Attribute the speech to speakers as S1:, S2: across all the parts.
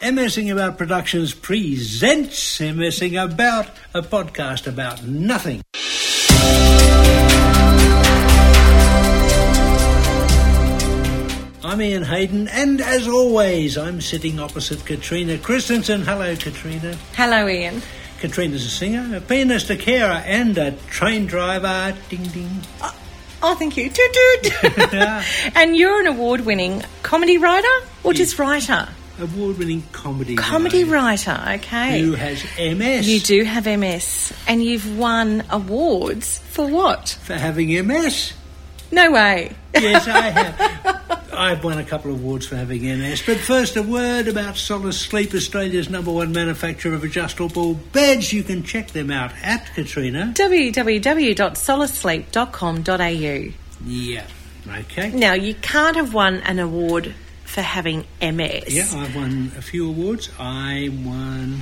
S1: MSing About Productions presents MSing About, a podcast about nothing. I'm Ian Hayden, and as always, I'm sitting opposite Katrina Christensen. Hello, Katrina.
S2: Hello, Ian.
S1: Katrina's a singer, a pianist, a carer, and a train driver. Ding ding.
S2: Oh, thank you. Toot, toot.
S1: Yeah.
S2: and you're an award winning comedy writer or just writer?
S1: Award winning comedy.
S2: Comedy
S1: writer
S2: writer, okay.
S1: Who has MS?
S2: You do have MS and you've won awards for what?
S1: For having MS.
S2: No way.
S1: Yes, I have. I've won a couple of awards for having MS. But first, a word about Solace Sleep, Australia's number one manufacturer of adjustable beds. You can check them out at Katrina.
S2: www.solaceleep.com.au.
S1: Yeah. Okay.
S2: Now, you can't have won an award for having MS.
S1: Yeah, I've won a few awards. I won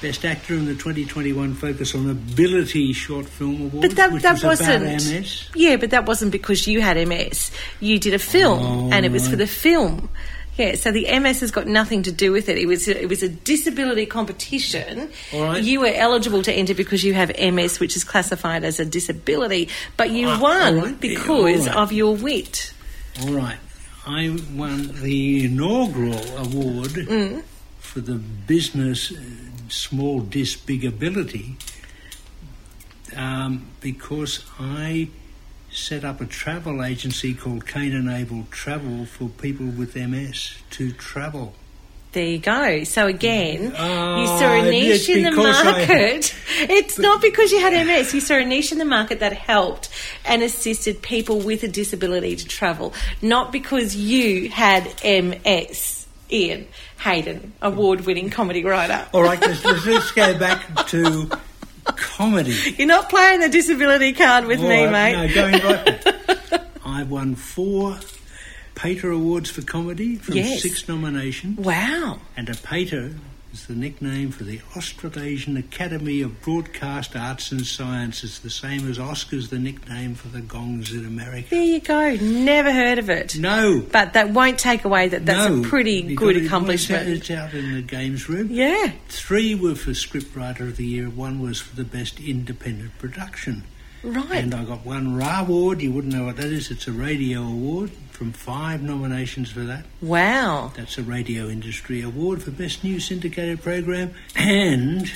S1: Best Actor in the 2021 Focus on Ability Short Film Award,
S2: But that,
S1: which
S2: that
S1: was
S2: wasn't.
S1: about MS.
S2: Yeah, but that wasn't because you had MS. You did a film,
S1: Oh,
S2: and it was for
S1: right.
S2: the film. Yeah, so the MS has got nothing to do with it. It was it was a disability competition.
S1: All right.
S2: You were eligible to enter because you have MS, which is classified as a disability, but you
S1: Ah,
S2: won
S1: all right. Yeah, all
S2: because
S1: right.
S2: of your wit.
S1: All right. I won the inaugural award
S2: Mm.
S1: for the business uh, small disbigability um, because I set up a travel agency called Cane and Able Travel for people with MS to travel.
S2: There you go. So again, you
S1: Ah,
S2: saw a
S1: it's
S2: niche in the
S1: because I-
S2: market. It's not because you had MS. You saw a niche in the market that helped and assisted people with a disability to travel, not because you had MS. Ian Hayden, award-winning comedy writer.
S1: All right, let's, let's, let's go back to comedy.
S2: You're not playing the disability card with
S1: All
S2: me,
S1: right, No,
S2: mate.
S1: going right back. I won four Pater Awards for comedy from
S2: Yes.
S1: six nominations,
S2: Wow.
S1: and a Pater is the nickname for the Australasian Academy of Broadcast Arts and Sciences, the same as Oscar's the nickname for the gongs in America.
S2: There you go. Never heard of it.
S1: No.
S2: But that won't take away that that's
S1: no,
S2: a pretty
S1: because it-
S2: good
S1: well, it's out-
S2: accomplishment.
S1: It's out in the games room.
S2: Yeah.
S1: Three were for Scriptwriter of the Year, one was for the Best Independent Production.
S2: Right.
S1: And I got one RA award. You wouldn't know what that is. It's a radio award from five nominations for that.
S2: Wow.
S1: That's a radio industry award for best new syndicated program. And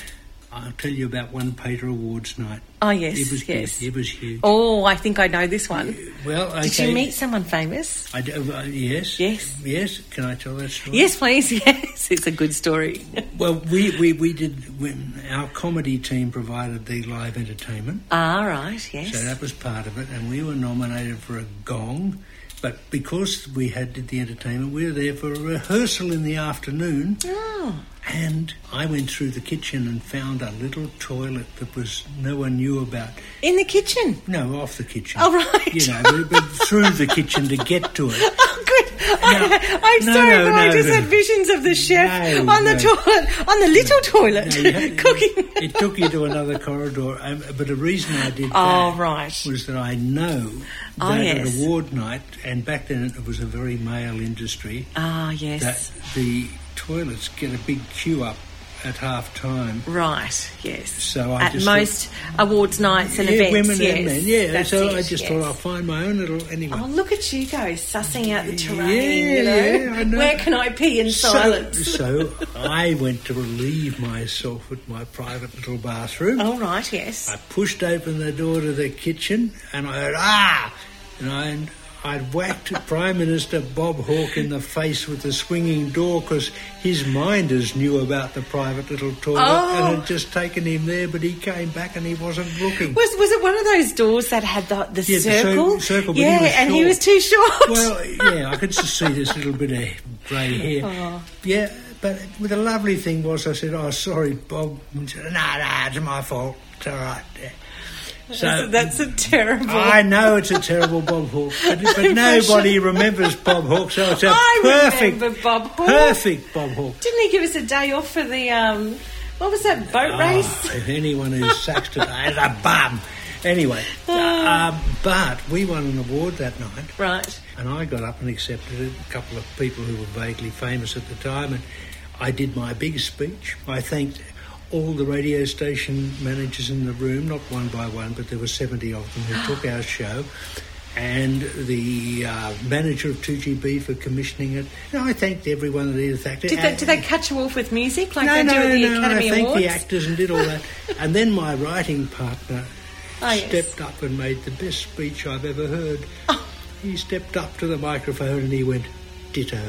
S1: I'll tell you about one Pater Awards night.
S2: Oh yes,
S1: it was
S2: yes.
S1: good. It was huge.
S2: Oh, I think I know this one.
S1: Well, okay.
S2: Did you meet someone famous?
S1: I do, uh, yes.
S2: Yes.
S1: Yes. Can I tell that story?
S2: Yes, please. Yes, it's a good story.
S1: Well, we, we, we did. When our comedy team provided the live entertainment.
S2: All Ah, right. Yes.
S1: So that was part of it, and we were nominated for a gong. But because we had did the entertainment, we were there for a rehearsal in the afternoon.
S2: Oh,
S1: And I went through the kitchen and found a little toilet that was no one knew about.
S2: in the kitchen.
S1: No, off the kitchen.
S2: Oh, right.
S1: You know, but, but through the kitchen to get to it.
S2: Oh, good. I, I'm
S1: No,
S2: sorry,
S1: no,
S2: but I
S1: no,
S2: just
S1: no.
S2: had visions of the chef
S1: No,
S2: on the
S1: no.
S2: toilet, on the little toilet,
S1: No, you had-
S2: cooking.
S1: It took you to another corridor. Um, but the reason I did
S2: Oh,
S1: that
S2: right.
S1: was that I know that
S2: Oh, yes.
S1: at award night, and back then it was a very male industry.
S2: Ah, yes.
S1: that the toilets get a big queue up at half time.
S2: Right. Yes.
S1: So I
S2: at
S1: just
S2: most awards nights and
S1: yeah,
S2: events,
S1: women
S2: yes.
S1: and men. Yeah,
S2: That's
S1: so
S2: it,
S1: I just
S2: yes.
S1: thought "Oh, I'll find my own little anyway.
S2: Oh, look at you go, sussing out the terrain,
S1: Yeah,
S2: you know.
S1: yeah, I know.
S2: Where can I pee in silence?
S1: So, so I went to relieve myself at my private little bathroom.
S2: All right, yes.
S1: I pushed open the door to the kitchen and I heard ah, and I and I'd whacked Prime Minister Bob Hawke in the face with the swinging door because his minders knew about the private little toilet
S2: Oh.
S1: and had just taken him there, but he came back and he wasn't looking.
S2: Was was it one of those doors that had the, the
S1: Yeah, the cir-
S2: circle?
S1: circle, but he
S2: yeah,
S1: was
S2: and he
S1: short.
S2: was too short.
S1: Well, yeah, I could just see this little bit of grey hair. Yeah, but the lovely thing was, I said, "Oh, sorry, Bob." And said, "No, no, it's my fault. It's all right." Yeah. So
S2: that's a terrible.
S1: uh, I know it's a terrible Bob Hawke, but, but nobody remembers Bob Hawke, so it's a
S2: I
S1: perfect,
S2: remember Bob Hawke.
S1: perfect Bob Hawke.
S2: Didn't he give us a day off for the um? What was that boat race?
S1: Oh, if anyone who's sacked today is a bum. Anyway,
S2: Ah.
S1: um, but we won an award that night,
S2: Right.
S1: and I got up and accepted it. A couple of people who were vaguely famous at the time, and I did my big speech. I thanked all the radio station managers in the room, not one by one, but there were 70 of them who took our show, and the uh, manager of 2GB for commissioning it. No, I thanked everyone that either thanked
S2: Did
S1: it.
S2: they,
S1: And-
S2: did they cut you off with music like
S1: no,
S2: they
S1: no,
S2: do at the
S1: no,
S2: Academy
S1: I thanked
S2: Awards?
S1: the actors and did all that. and then my writing partner
S2: Oh, yes.
S1: stepped up and made the best speech I've ever heard.
S2: Oh.
S1: He stepped up to the microphone and he went, ditto.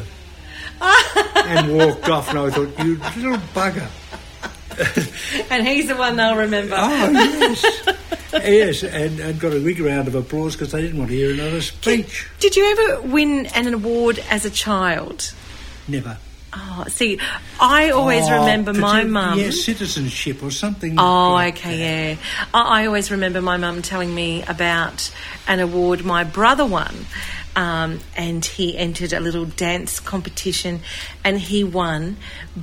S1: and walked off, and I thought, you little bugger.
S2: And he's the one they'll remember.
S1: Oh, yes. yes, and, and got a big round of applause because they didn't want to hear another speech.
S2: Did you ever win an award as a child?
S1: Never.
S2: Oh, see, I always
S1: Oh,
S2: remember my
S1: partic-
S2: mum.
S1: Yes, citizenship or something.
S2: Oh,
S1: like that.
S2: okay, yeah. I, I always remember my mum telling me about an award my brother won, um, and he entered a little dance competition, and he won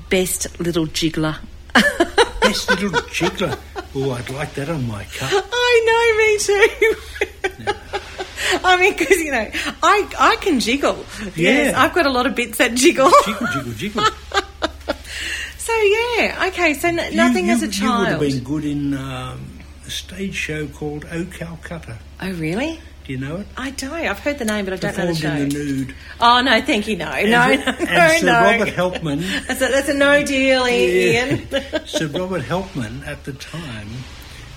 S2: best little jiggler.
S1: Best little jiggler. Oh, I'd like that on my cup.
S2: I know, me too. I mean, because you know, I I can jiggle. Yes,
S1: Yeah.
S2: I've got a lot of bits that jiggle.
S1: Jiggle, jiggle, jiggle.
S2: Ah, so yeah, okay. So n- nothing
S1: you,
S2: as a
S1: you- You would
S2: child.
S1: have been good in um, a stage show called O Calcutta.
S2: oh really?
S1: Do you know it?
S2: I don't. I've heard the name, but I don't know the
S1: Performed
S2: show.
S1: in the nude.
S2: Oh no, thank you. No, no,
S1: and,
S2: no,
S1: and Sir
S2: no.
S1: Robert Helpman.
S2: That's a, that's a no deal, Ian.
S1: Sir Robert Helpman at the time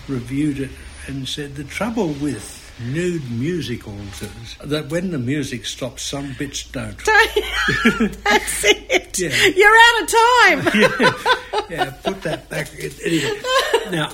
S1: reviewed it and said the trouble with nude musicals is that when the music stops, some bits don't.
S2: Don't- that's it.
S1: Yeah.
S2: You're out of time.
S1: yeah, put that back. Anyway, now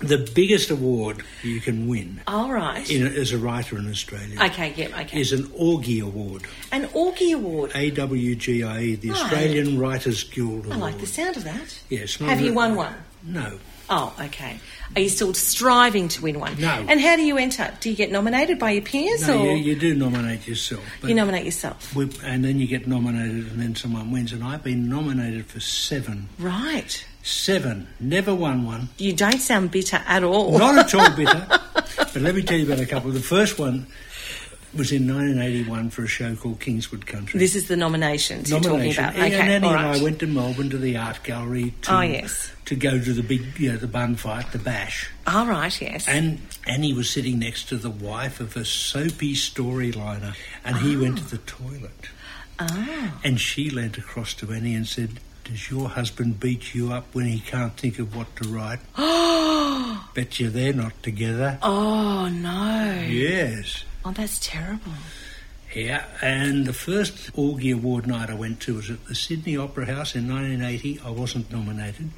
S1: the biggest award you can win
S2: All right.
S1: in, as a writer in Australia
S2: Okay, yeah, okay.
S1: is an Orgie Award,
S2: An Orgie Award.
S1: AWGIE, E, the
S2: Right.
S1: Australian Writers Guild Award.
S2: I like the sound of that.
S1: Yes.
S2: Have you won one?
S1: No.
S2: Oh, okay. Are you still striving to win one?
S1: No.
S2: And how do you enter? Do you get nominated by your peers
S1: No,
S2: or
S1: you, you do nominate yourself. But
S2: you nominate yourself?
S1: We, and then you get nominated, and then someone wins. And I've been nominated for seven.
S2: Right.
S1: Seven. Never won one.
S2: You don't sound bitter at all.
S1: Not at all bitter. but let me tell you about a couple. The first one was in 1981 for a show called Kingswood Country.
S2: This is the nominations you're talking
S1: Nomination.
S2: about.
S1: And
S2: Okay,
S1: Annie
S2: all
S1: and I
S2: right.
S1: went to Melbourne to the art gallery to,
S2: Oh, yes.
S1: to go to the big, you know, the bun fight, the bash.
S2: All right, yes.
S1: And Annie was sitting next to the wife of a soapy storyliner, and he went to the toilet.
S2: Ah.
S1: And she leant across to Annie and said, Does your husband beat you up when he can't think of what to write? Bet you they're not together.
S2: Oh no.
S1: Yes.
S2: Oh, that's terrible.
S1: Yeah, and the first Orgy Award night I went to was at the Sydney Opera House in 1980. I wasn't nominated,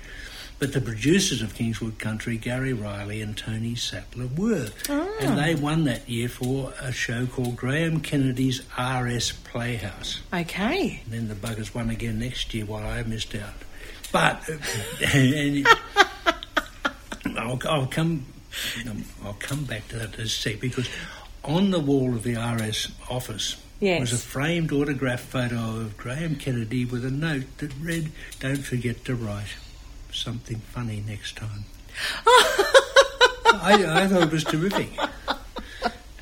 S1: but the producers of Kingswood Country, Gary Riley and Tony Sattler, were. And they won that year for a show called Graham Kennedy's RS Playhouse.
S2: Okay.
S1: And then the buggers won again next year while I missed out. But uh, and I'll, I'll come um, I'll come back to that in a sec because on the wall of the RS office
S2: Yes.
S1: was a framed autograph photo of Graham Kennedy with a note that read, "Don't forget to write something funny next time." I, I thought it was terrific.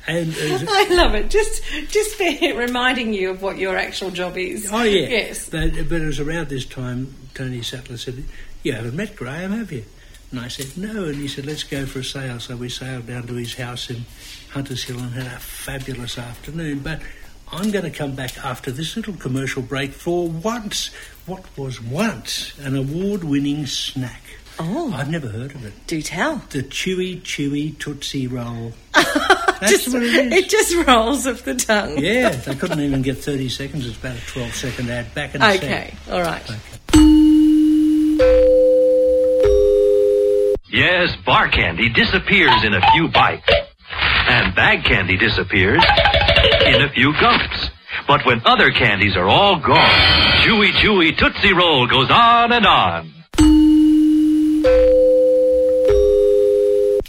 S1: And as,
S2: I love it. Just just be reminding you of what your actual job is.
S1: Oh yeah,
S2: Yes.
S1: But, but it was around this time. Tony Sattler said, "You haven't met Graham, have you?" And I said, "No." And he said, "Let's go for a sail." So we sailed down to his house in Hunters Hill and had a fabulous afternoon. But I'm going to come back after this little commercial break for once, what was once an award-winning snack.
S2: Oh.
S1: I've never heard of it.
S2: Do tell.
S1: The chewy, chewy Tootsie Roll. That's
S2: Just-
S1: what it is.
S2: It just rolls off the tongue.
S1: yeah, they couldn't even get 30 seconds. It's about a 12-second ad. Back in a sec.
S2: Okay. All right.
S3: Yes, bar candy disappears in a few bites. And bag candy disappears in a few gulps. But when other candies are all gone, Chewy Chewy Tootsie Roll goes on and on.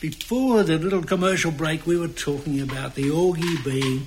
S1: Before the little commercial break, we were talking about the Orgie being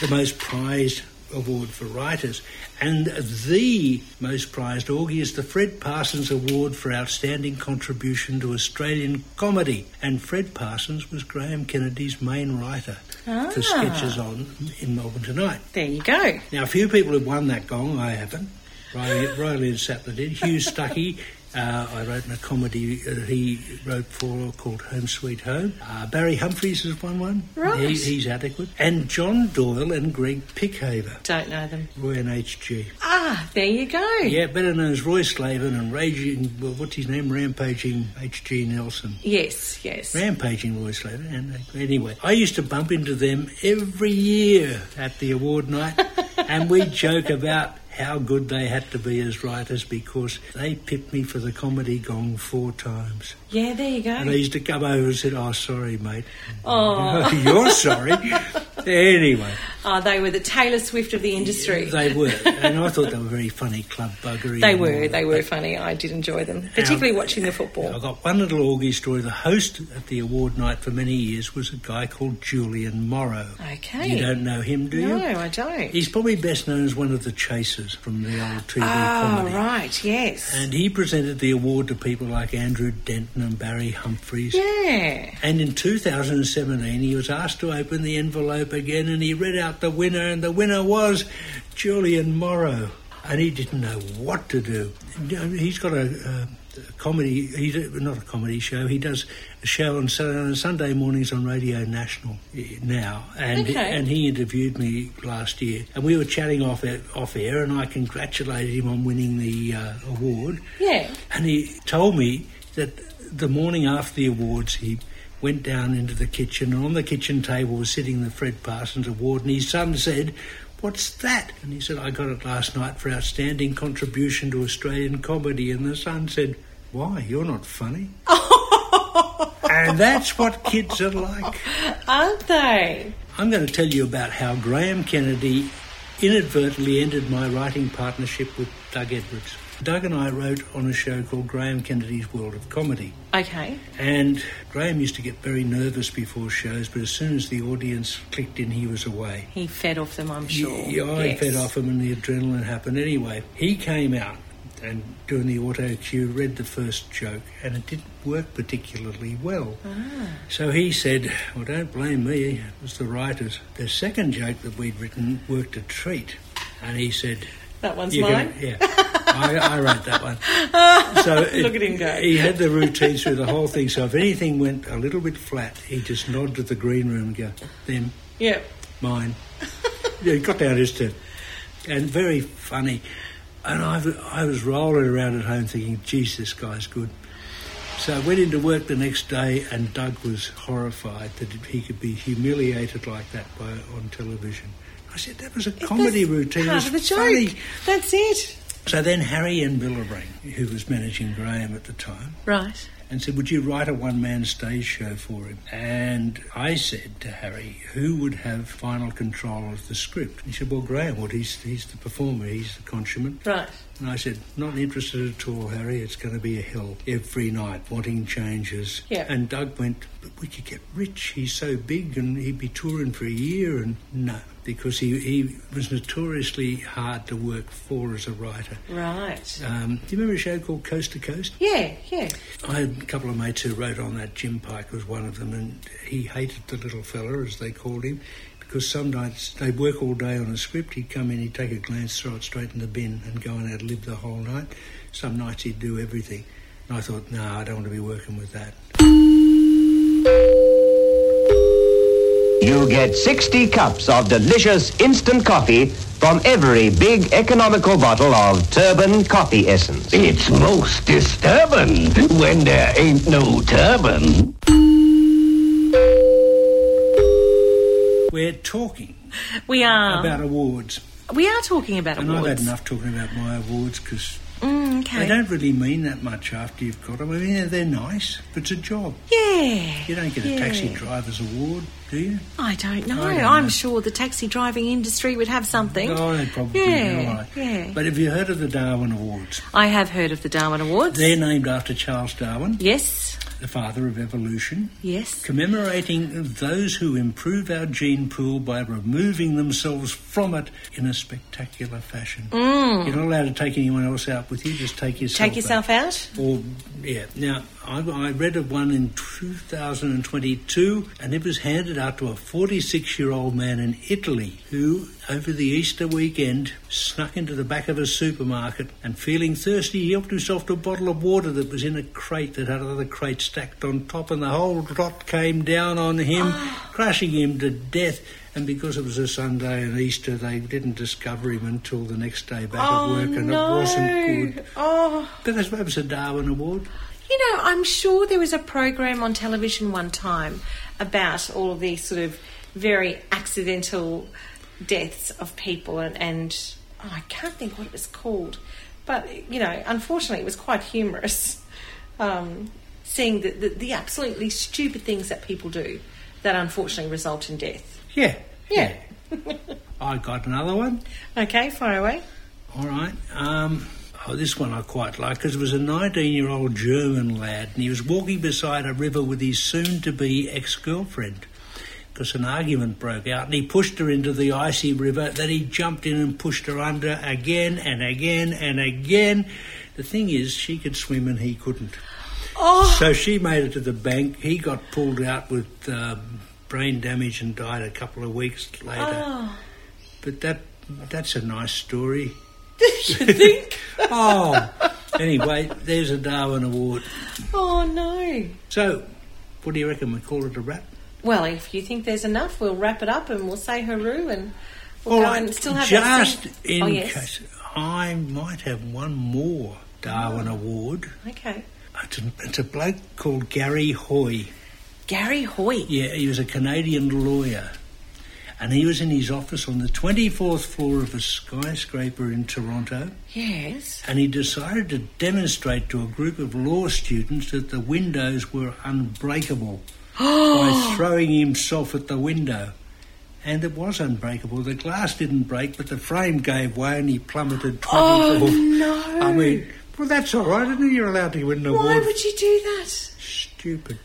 S1: the most prized award for writers. And the most prized Orgie is the Fred Parsons Award for Outstanding Contribution to Australian Comedy. And Fred Parsons was Graham Kennedy's main writer for sketches on in Melbourne Tonight.
S2: There you go.
S1: Now, a few people have won that gong, I haven't. Riley, Riley and Sattler did. Hugh Stuckey. Uh, I wrote in a comedy uh, he wrote for called Home Sweet Home. Uh, Barry Humphries has won one.
S2: Right.
S1: He, he's adequate. And John Doyle and Greg Pickhaver
S2: Don't know them.
S1: were in HG.
S2: Ah, there you go.
S1: Yeah, better known as Roy Slaven and Raging, well, what's his name? Rampaging H.G. Nelson.
S2: Yes, yes.
S1: Rampaging Roy Slaven. And uh, anyway, I used to bump into them every year at the award night, and we joke about how good they had to be as writers because they pipped me for the comedy gong four times.
S2: Yeah, there you
S1: And I
S2: go.
S1: used to come over and said, "Oh, sorry, mate.
S2: Oh.
S1: You're sorry." anyway.
S2: Oh, they were the Taylor Swift of the industry.
S1: They were, and I thought they were very funny club buggery.
S2: They
S1: and all
S2: were,
S1: that.
S2: they were funny. I did enjoy them, particularly watching the football.
S1: I got one little Augie story. The host at the award night for many years was a guy called Julian Morrow.
S2: Okay.
S1: You don't know him, do
S2: No,
S1: you?
S2: I don't.
S1: He's probably best known as one of the chasers from the old TV
S2: Ah,
S1: comedy.
S2: right, yes.
S1: And he presented the award to people like Andrew Denton and Barry Humphries.
S2: yeah.
S1: And in 2017, he was asked to open the envelope again and he read out the winner, and the winner was Julian Morrow. And he didn't know what to do. You know, He's got a, uh, a comedy, he's a, not a comedy show, he does a show on Sun- Sunday mornings on Radio National eh, now. And,
S2: Okay.
S1: and he interviewed me last year, and we were chatting off, air- off air, and I congratulated him on winning the uh, award.
S2: Yeah.
S1: And he told me that the morning after the awards, he went down into the kitchen, and on the kitchen table was sitting the Fred Parsons Award, and his son said, What's that? And he said, I got it last night for outstanding contribution to Australian comedy. And the son said, Why? You're not funny. and that's what kids are like.
S2: Aren't they?
S1: I'm going to tell you about how Graham Kennedy inadvertently ended my writing partnership with Doug Edwards. Doug and I wrote on a show called Graham Kennedy's World of Comedy.
S2: Okay.
S1: And Graham used to get very nervous before shows, but as soon as the audience clicked in, he was away.
S2: He fed off them, I'm sure.
S1: Yeah, I
S2: Yes.
S1: fed off him and the adrenaline happened. Anyway, he came out and doing the auto cue read the first joke and it didn't work particularly well.
S2: Ah.
S1: So he said, Well, don't blame me, it was the writers. The second joke that we'd written worked a treat. And he said,
S2: That one's
S1: you
S2: mine.
S1: can- yeah. I, I wrote that one. So
S2: Look at him go.
S1: He had the routine through the whole thing. So if anything went a little bit flat, he just nodded to the green room and go, them,
S2: Yeah.
S1: mine. yeah, he got down his turn. And very funny. And I, w- I was rolling around at home thinking, geez, this guy's good. So I went into work the next day and Doug was horrified that he could be humiliated like that by, on television. I said, that was a comedy
S2: That's
S1: routine.
S2: Part
S1: It's
S2: of the joke.
S1: funny.
S2: That's it.
S1: So then Harry N. Billerang, who was managing Graham at the time,
S2: Right.
S1: and said, Would you write a one man stage show for him? And I said to Harry, Who would have final control of the script? He said, Well, Graham would. He's, he's the performer, he's the consummate.
S2: Right.
S1: And I said, Not interested at all, Harry. It's going to be a hell every night, wanting changes.
S2: Yeah.
S1: And Doug went, But we could get rich. He's so big and he'd be touring for a year. And no, because he, he was notoriously hard to work for as a writer.
S2: Right.
S1: Um, do you remember a show called Coast to Coast?
S2: Yeah, yeah.
S1: I had a couple of mates who wrote on that. Jim Pike was one of them, and he hated the little fella, as they called him, because some nights they'd work all day on a script. He'd come in, he'd take a glance, throw it straight in the bin, and go and outlive the whole night. Some nights he'd do everything. And I thought, no, I don't want to be working with that.
S4: You get 60 cups of delicious instant coffee from every big economical bottle of Turban coffee essence.
S5: It's most disturbing when there ain't no turban.
S1: We're talking
S2: We are.
S1: about awards,
S2: we are talking about
S1: and I've had
S2: Oh. awards.
S1: enough talking about my awards because
S2: Mm,
S1: they
S2: okay.
S1: don't really mean that much after you've got them. I mean, they're nice, but it's a job.
S2: yeah.
S1: You don't get a
S2: yeah.
S1: taxi driver's award, do you?
S2: I don't know.
S1: I don't
S2: I'm
S1: know.
S2: sure the taxi driving industry would have something.
S1: Oh, they probably
S2: yeah,
S1: do, all right.
S2: Yeah.
S1: But have you heard of the Darwin Awards?
S2: I have heard of the Darwin Awards.
S1: They're named after Charles Darwin,
S2: yes.
S1: the father of evolution,
S2: Yes.
S1: commemorating those who improve our gene pool by removing themselves from it in a spectacular fashion.
S2: Mm.
S1: You're not allowed to take anyone else out with you, just take yourself
S2: Take yourself out.
S1: Or, yeah. Now, I, I read of one in 2022, and it was handed out to a 46 year old man in Italy who, over the Easter weekend, snuck into the back of a supermarket and, feeling thirsty, he helped himself to a bottle of water that was in a crate that had other crates stacked on top, and the whole lot came down on him,
S2: Ah.
S1: crushing him to death. And because it was a Sunday and Easter, they didn't discover him until the next day back at
S2: Oh,
S1: work, and
S2: no.
S1: it wasn't good.
S2: Oh.
S1: But that's why it was a Darwin Award.
S2: You know, I'm sure there was a program on television one time about all of these sort of very accidental deaths of people, and, and oh, I can't think what it was called, but you know, unfortunately, it was quite humorous. Um, seeing the, the, the absolutely stupid things that people do that unfortunately result in death.
S1: Yeah.
S2: Yeah.
S1: I got another one.
S2: Okay, fire away.
S1: All right. Um, oh, this one I quite like because it was a 19 year old German lad and he was walking beside a river with his soon to be ex girlfriend because an argument broke out and he pushed her into the icy river. Then he jumped in and pushed her under again and again and again. The thing is, she could swim and he couldn't.
S2: Oh,
S1: So she made it to the bank. He got pulled out with uh, brain damage and died a couple of weeks later.
S2: oh.
S1: But that that's a nice story.
S2: you think?
S1: Oh, anyway, there's a Darwin Award.
S2: Oh no.
S1: So, what do you reckon? We call it a wrap.
S2: Well, if you think there's enough, we'll wrap it up and we'll say hooroo and we'll
S1: All
S2: go
S1: right,
S2: and still have that
S1: just
S2: same-
S1: in
S2: oh, yes.
S1: case I might have one more Darwin Award.
S2: Okay.
S1: It's a, it's a bloke called Gary Hoy.
S2: Gary Hoy.
S1: Yeah, he was a Canadian lawyer. And he was in his office on the 24th floor of a skyscraper in Toronto.
S2: Yes.
S1: And he decided to demonstrate to a group of law students that the windows were unbreakable by throwing himself at the window. And it was unbreakable. The glass didn't break, but the frame gave way and he plummeted 24.
S2: Oh no.
S1: I mean, well, that's all right, isn't it? You're allowed to win an
S2: why
S1: award.
S2: would you do that?
S1: Stupid.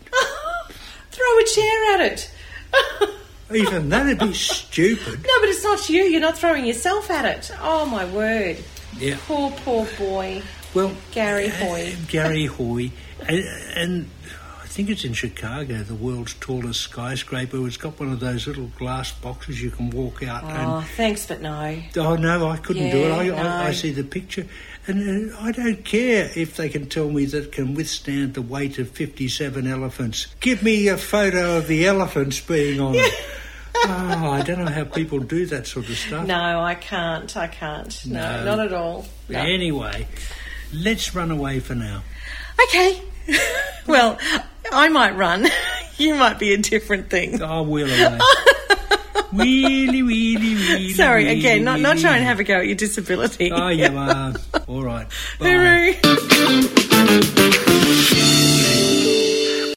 S2: Throw a chair at it. no,
S1: Even that'd be stupid.
S2: but it's not you. You're not throwing yourself at it. Oh my word.
S1: Yeah.
S2: Poor, poor boy.
S1: Well,
S2: Gary
S1: uh,
S2: Hoy.
S1: Gary Hoy, and, and I think it's in Chicago, the world's tallest skyscraper. It's got one of those little glass boxes you can walk out
S2: Oh, thanks, but no.
S1: and. Oh no, I couldn't do it. I,
S2: Yeah,
S1: I, I
S2: no.
S1: see the picture, and uh, I don't care if they can tell me that it can withstand the weight of fifty-seven elephants. Give me a photo of the elephants being on it. Oh, I don't know how people do that sort of stuff.
S2: No, I can't. I can't. No,
S1: No.
S2: not at all. No.
S1: Anyway, let's run away for now.
S2: Okay. well, I might run. you might be a different thing.
S1: Oh, wheel away. wheelie, wheelie, wheelie.
S2: Sorry, again, not, not
S1: wheelie. Ah,
S2: trying to have a go at your disability.
S1: Oh, you are. All right. Bye.
S2: Hooroo.